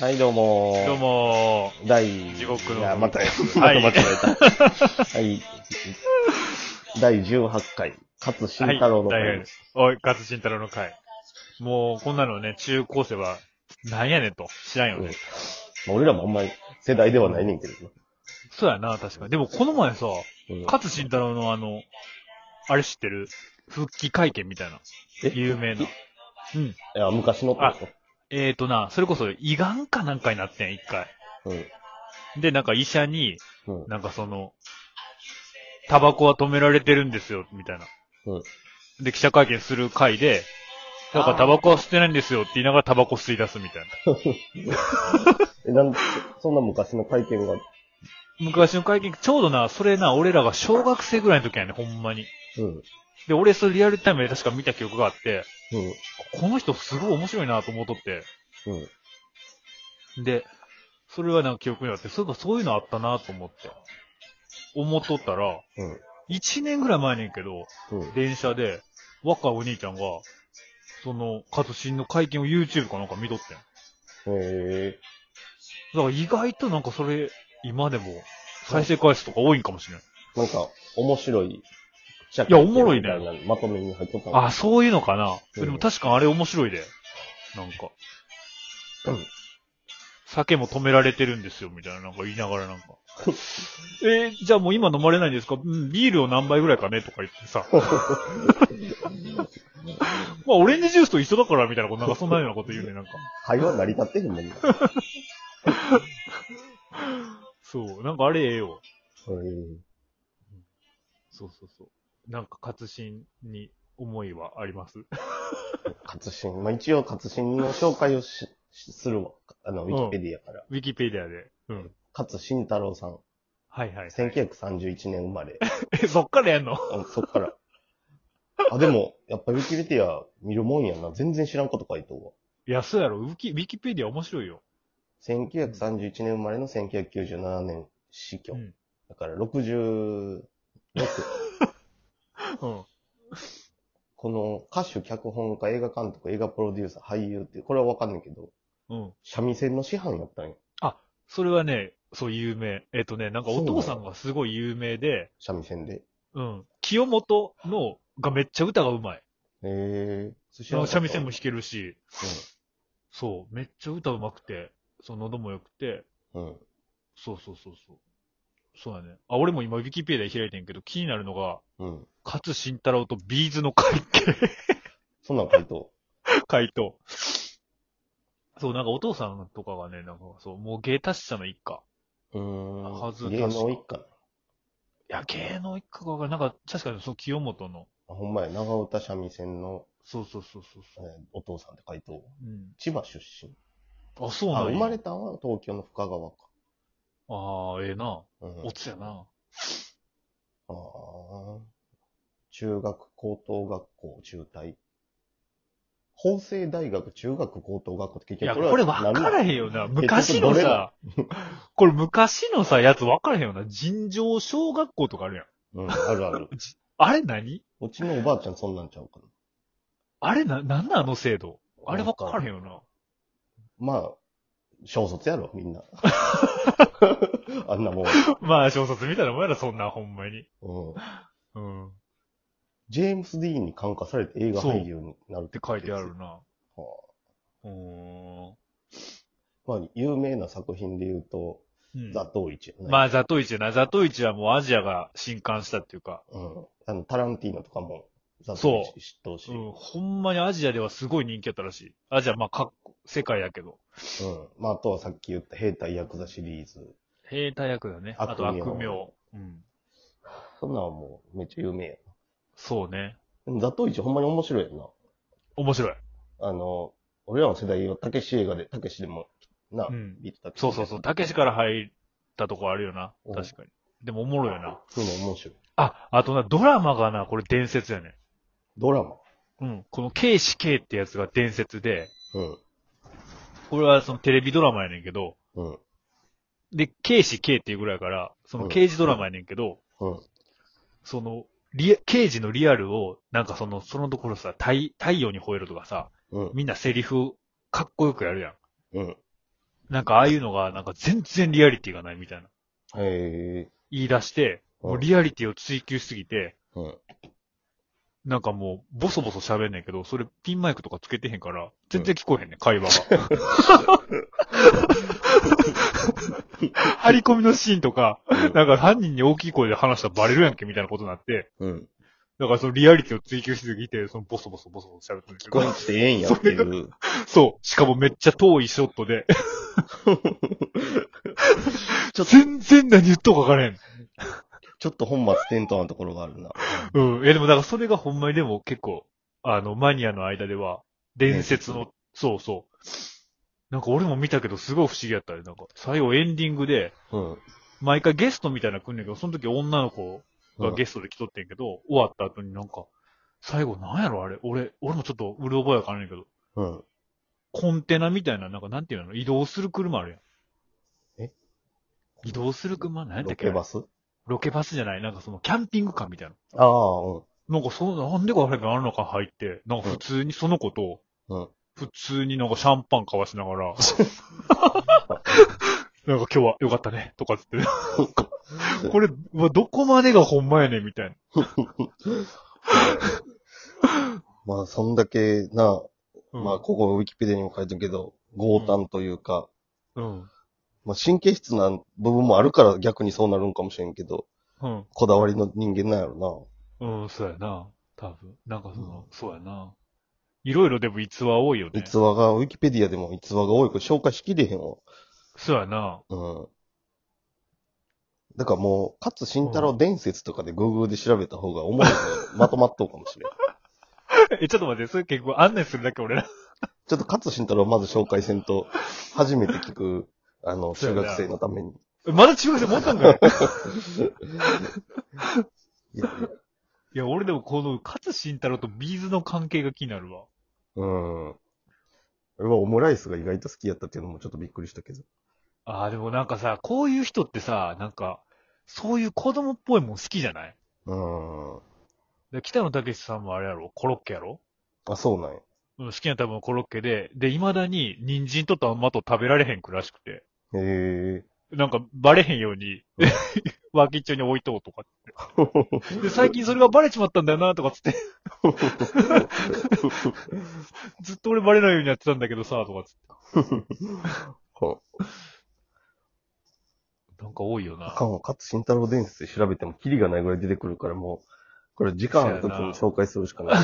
はい、どうも。どう。も第、地獄のいや、また、 まはいた間違えた。はい。第18回、勝ー。慎太郎のはい、大会概で。ですす。おい、ガツ慎太郎の会。もう、こんなのね、中高生は、なんやねんと、知らんよね。うんまあ俺らもあんまり世代ではないねんけどね。そうやな、確かに。でも、この前さ、うん勝慎太郎のあの、あれ知ってる復帰会見みたいな。え有名な。うん。いや、昔のってこえーとな、それこそ、胃がんかなんかになってん、一回。とで、なんか医者に、うん。うん。なんかその、タバコは止められてるんですよ、みたいな。うん。で、記者会見する回で、だからタバコは吸ってないんですよって言いながらタバコ吸い出すみたいな。え、なんそんな昔の会見が、昔の会見、ちょうどな、それな、俺らが小学生ぐらいの時やね、ほんまに。うん。うん。で、俺それリアルタイムで確か見た記憶があって、この人すごい面白いなと思っとって。うん。で、それはなんか記憶にあって、そういえばそういうのあったなと思って。思っとったら、うん。 1年ぐらい前ねんけど、うん。電車で、若いお兄ちゃんが、その、カツシンの会見を YouTube かなんか見とってん。えだから意外となんかそれ、今でも、再生回数とか多いんかもしれない。ー、なんか、面白い、いいやおもろいね。まとめに入っとったのあ、そういうのかな。うんでも確かにあれ面白いで。なんか。うん酒も止められてるんですよ、みたいな、なんか言いながらなんか。えーじゃあもう今飲まれないんですかうん、ビールを何杯ぐらいかねとか言って さ。まあ、オレンジジュースと一緒だから、みたいなこと、なんかそんなようなこと言うね、なんか。会話成り立ってへんもんね。そう、なんかあれええよ。うんそうそうそう。なんか、活心に思いはあります。活心。まあ、一応活心の紹介をし、しするわ。あの、ウんィキペディアから。ウィキペディアで。うん。勝慎太郎さん。はい はい。 1931年生ま れ。え、そっからやんのあそっから。あ、でも、やっぱウィキペディア見るもんやな。全然知らんこと書いとうわ。いや、そうやろ。ウィキ、ウィキペディア面白いよ。 1931年生まれの1997年死去。うんだから66。うん。この歌手、脚本家、映画監督、映画プロデューサー、俳優って、これはわかんないけど、うん。三味線の師範やったんや。それはね、そう、有名。えっとね、なんかお父さそうんがすごい有名で、三味線で。うん。清本の、がめっちゃ歌がうまい。えー。知らなかった三味線も弾けるし、そう、めっちゃ歌うまくて、そう、喉も良くて、うん。うん。そうそうそうそう。そうだね。あ、俺も今、ウィキペディア開いてんけど、気になるのが、うん。勝慎太郎とビーズの会見。そんなん書いとう。 回答。そう、なんかお父さんとかがね、なんかそう、もう芸達者の一家。うーん。はず芸能一家な。いや、芸能一家がわからんなんか確かにその清本の、あほんまや、長唄三味線の、そうそうそうそうえそーう。お父さんって書いとう。うん。千葉出身。あ、そうあ、なんや生まれたんは東京の深川か。ああ、ええな。うんお。つやな。あー中学、高等学校、中退。法政大学、中学、高等学校ってい結や、局こはれ分からへんよな。昔のさ、 これ昔のさ、やつ分からへんよな。尋常小学校とかあるやん。何なんうん、あるある。 あれ何うちのおばあちゃんそんなんちゃうかな。あれな、なんなんあの制度。あれ分からへんん。よな。まあ、小卒やろ、みん な。 あんなもん。まあ、小説みたいなもんやろ、そんな、ほんまに。うん。うん。っジェームス・ディーンに感化されて映画俳優になるって書いてあるな。はうーん。あまあ、有名な作品で言うと、うんザ・トウイチやね。まあ、ザトイチやな。ザトイチはもうアジアが震撼したっていうか、うん。あの、タランティーノとかも、ザ・トウイチ知ってほしい。う、うんほんまにアジアではすごい人気やったらしい。アジア、まあ、各世界やけど。ん。まあ、あとはさっき言った兵隊ヤクザシリーズ。兵隊役だね。悪名あと悪名。うん。そんなんはもう、めっちゃ有名やそうね。な。でもザ・トウイチほんまに面白いよ面白い。な。あの、俺らの世代はたけし映画で、たけしでも、な、うん。ビートたけしそうそうそう。たけしから入ったとこあるよなう。ん確かに。でもおもろいよな。そういうの面白い。あ、あとな、ドラマがな、これ伝説やね。ドラマ。うん。この K 死 K ってやつが伝説で、うん。これはそのテレビドラマやねんけど、うん。で、K 死 K っていうぐらいから、その刑事ドラマやねんけど、うん。その、リア刑事のリアルを、なんかその、そのところさ、太太陽に吠えるとかさ、うん。みんなセリフ、かっこよくやるやん。うん。なんかああいうのが、なんか全然リアリティがないみたいな。へえ。言い出して、うんもうリアリティを追求しすぎて、うん。なんかもう、ボソボソ喋んねんけど、それピンマイクとかつけてへんから、全然聞こえへんねん、会話が。張り込みのシーンとか、なんか犯人に大きい声で話したらバレるやんけみたいなことになって、 うん。だからそのリアリティを追求しすぎて、そのボソボソボソボソ喋ってるんだけ聞こどえ、んくてええんやっていう。そう。しかもめっちゃ遠いショットで、ちょっと、全然何言っとかわからへん。ちょっと本末転倒なところがあるな。うん。いやでもだからそれがほんまにでも結構、あの、マニアの間では、伝説の、そうそう。なんか俺も見たけどすごい不思議やったね。なんか最後エンディングで、うん。毎回ゲストみたいなの来んねんけど、その時女の子がゲストで来とってんけど、終わった後になんか、最後なんやろあれ。俺、俺もちょっとうる覚えやからねんけど、うん。コンテナみたいな、なんかなんていうの移動する車あるやん。え移動する車何やったロっけケバスロケバスじゃない、なんかそのキャンピングカーみたいな。ああ、うん。なんかそう、なんでかあれがあるのか入って、なんか普通にその子と、うん普通になんかシャンパン交わし ながら、なんか今日はよかったね、とかっつって、 これ、うわどこまでがほんまやねん、みたいな。まあ、そんだけな、うん、まあ、ここウィキペディアにも書いてるけど、強胆というか、うん。まあ、神経質な部分もあるから逆にそうなるんかもしれんけど、うん。こだわりの人間なんやろうん、そうやな。多分。なんかその、そうやな。いろいろでも逸話多いよな。ね。逸話が、ウィキペディアでも逸話が多い。これ紹介しきれへんわ。そうやな。うん。だからもう、勝慎太郎伝説とかで Google で調べた方が思い がまとまっとうかもしれん。え、ちょっと待って、それ結構案内するだけ俺ら。 ちょっと勝慎太郎まず紹介せんと、初めて聞 く、あの、そう中やな学生のために。まだ中学生持ったんか いいやいやいや、俺でもこの、勝慎太郎とビーズの関係が気になるわ。うん。俺はオムライスが意外と好きやったっていうのもちょっとびっくりしたけど。ああ、でもなんかさ、こういう人ってさ、なんか、そういう子供っぽいもん好きじゃないうん。で北野武さんもあれやろコロッケやろあ、そうなんや。うん好きな食べ物コロッケで、で、未だに人参とトマト食べられへんくらしくて、へえ。なんかバレへんように、 脇っちょに置いとうとか。 で、最近それがバレちまったんだよなとかつって、ずっと俺バレないようにやってたんだけどさ、とかつっほて。なんか多いようあなか。んわ。勝慎太郎伝説で調べてもキリがないぐらい出てくるからもう、これ時間ある時に紹介するしか ない。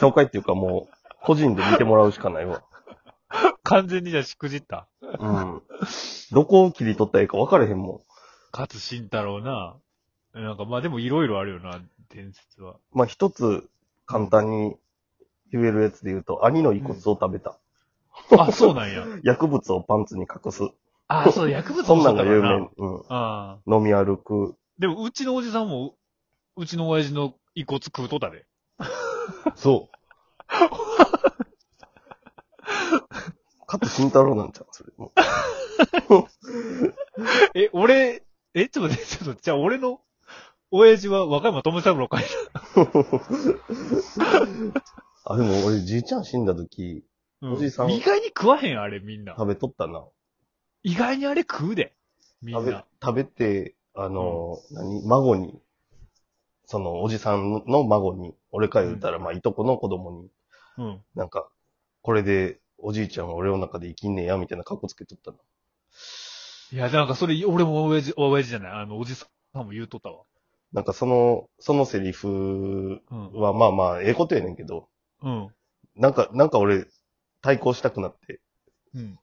紹介っていうかもう、個人で見てもらうしかないわ。完全にじゃあしくじった。うん。どこを切り取ったらいいか分かれへんも勝慎太郎な。なんかまあでもいろいろあるよな、伝 説は。ん。まあ、一つ簡単に言えるやつで言うと、兄の遺骨を食べた。あ、そうな んや。薬物をパンツに隠す。あ、そう、薬物そんもなそんうがだか有らな名。うん。ああ。飲み歩く。でも、うちのおじさんも、ううちの親父の遺骨食うとったで。そう。勝慎太郎なんちゃうそれも。え、俺、え、ちょっと待って、ちょっと待って、じゃあ俺の、親父は若山友三郎かいあ、でも俺、じいちゃん死んだ時、うんおじさん意外に食わへん、あれ、みんな。食べとったな。意外にあれ食うで。み食んべな。、食べて、あの、何、孫に、その、おじさんの孫に、俺から言うたら、まあ、いとこの子供に、うん。なんか、これで、おじいちゃんは俺の中で生きんねや、みたいな格好つけとったな。いや、なんかそれ、俺も親父、親父じゃない、あの、おじさんも言うとったわ。なんか、その、そのセリフうん。は、まあまあ、ええことやねんけど、うん。なんか、なんか俺、対抗したくなって、うん。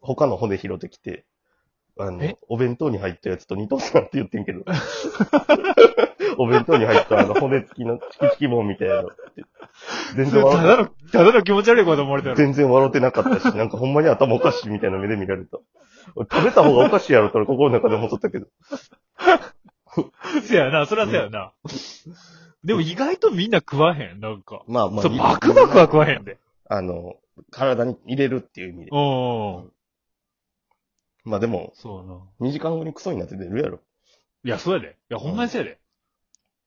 他の骨拾ってきて、あのえ、お弁当に入ったやつと二等さんって言ってんけど。 お弁当に入ったあの骨付きのチキチキ棒みたいなのって。全そ然れた笑だの、ただの気持ち悪い子だと思われたやろ。全然笑ってなかったし、なんかほんまに頭おかしいみたいな目で見られた。俺食べた方がおかしいやろって俺心の中で思っとったけど。せやな、そりゃせやな。でも意外とみんな食わへん、なんか。まあまそう、バクバクは食わへんで。あの、体に入れるっていう意味で。うん。まあでも、そうな。 2時間後にクソになって出るやろ。いや、そうやで。いや、ほんまにそうやで。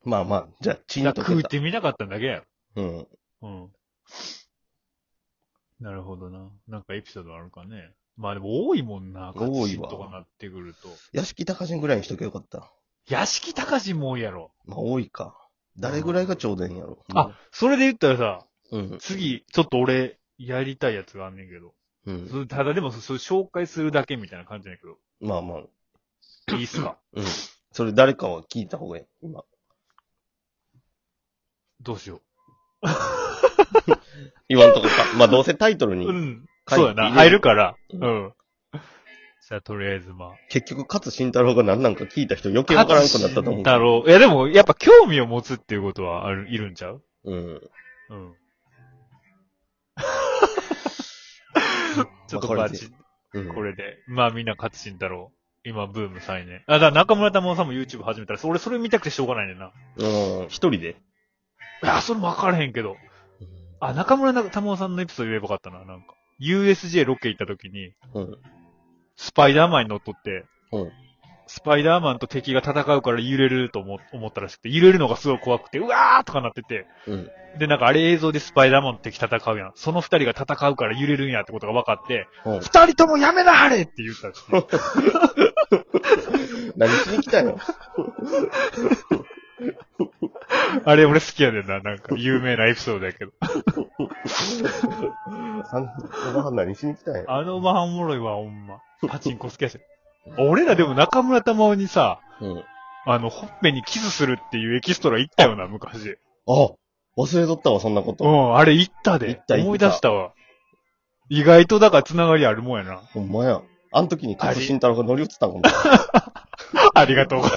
まあまあ、じゃあ、チンだとから出食うたてみなかっただけやうん。ろ。うん。なるほどな。なんかエピソードあるかね。まあでも多いもんな、多いわ勝ちとかなってくると。屋敷隆人ぐらいにしときゃよかった。屋敷隆史も多いやろ。まあ、多いか。誰ぐらいがちょうどええんやろ。あ、それで言ったらさ、うん。次、ちょっと俺、やりたいやつがあんねんけど。うん。それただでも、それ紹介するだけみたいな感じだけど。まあまあ。いいっすかうん。それ誰かは聞いた方がいい。今。どうしよ今のとこか。まあどうせタイトルう。に。うん。書いてそうやな。入るから。ううんん。じゃあ、とりあえずまあ。結局、勝慎太郎が何なんか聞いた人余計わからんくなったと思う。 だろう。いや、でも、やっぱ興味を持つっていうことはある、いるんちゃううん。うん。ちょっとまあこれでバチ、うん。これで。まあみんな勝新太郎。今、ブーム再燃。あ、だから中村玉緒さんも YouTube 始めたら、そ俺それ見たくてしょうがないねんな。うん。一人で。いや、それも分からへんけど。あ、中村玉緒さんのエピソード言えばよかったな、なんか。USJ ロケ行った時に、うん。スパイダーマンに乗っ取って、うんスパイダーマンと敵が戦うから揺れると思思ったらしくて、揺れるのがすごい怖くて、うわーとかなってて、うん。で、なんかあれ映像でスパイダーマンと敵戦うやん。その二人が戦うから揺れるんやってことが分かって、うん。二人ともやめなはれって言ったんで すよ何しに来たよ。あれ俺好きやねんな、なんか有名なエピソードやけど。あんおばはん何しに来たんや。あのまあおもろいわ、ほんま。パチンコ好きやし。俺らでも中村玉緒にさ、うん。あの、ほっぺにキスするっていうエキストラ行ったよな、昔。あ、忘れとったわ、そんなこうと。ん、あれ行ったで。行った行った思い出したわ。意外とだから繋がりあるもんやな。ほんまや。あの時に勝慎太郎が乗り移ったんかも。 ありがとうございます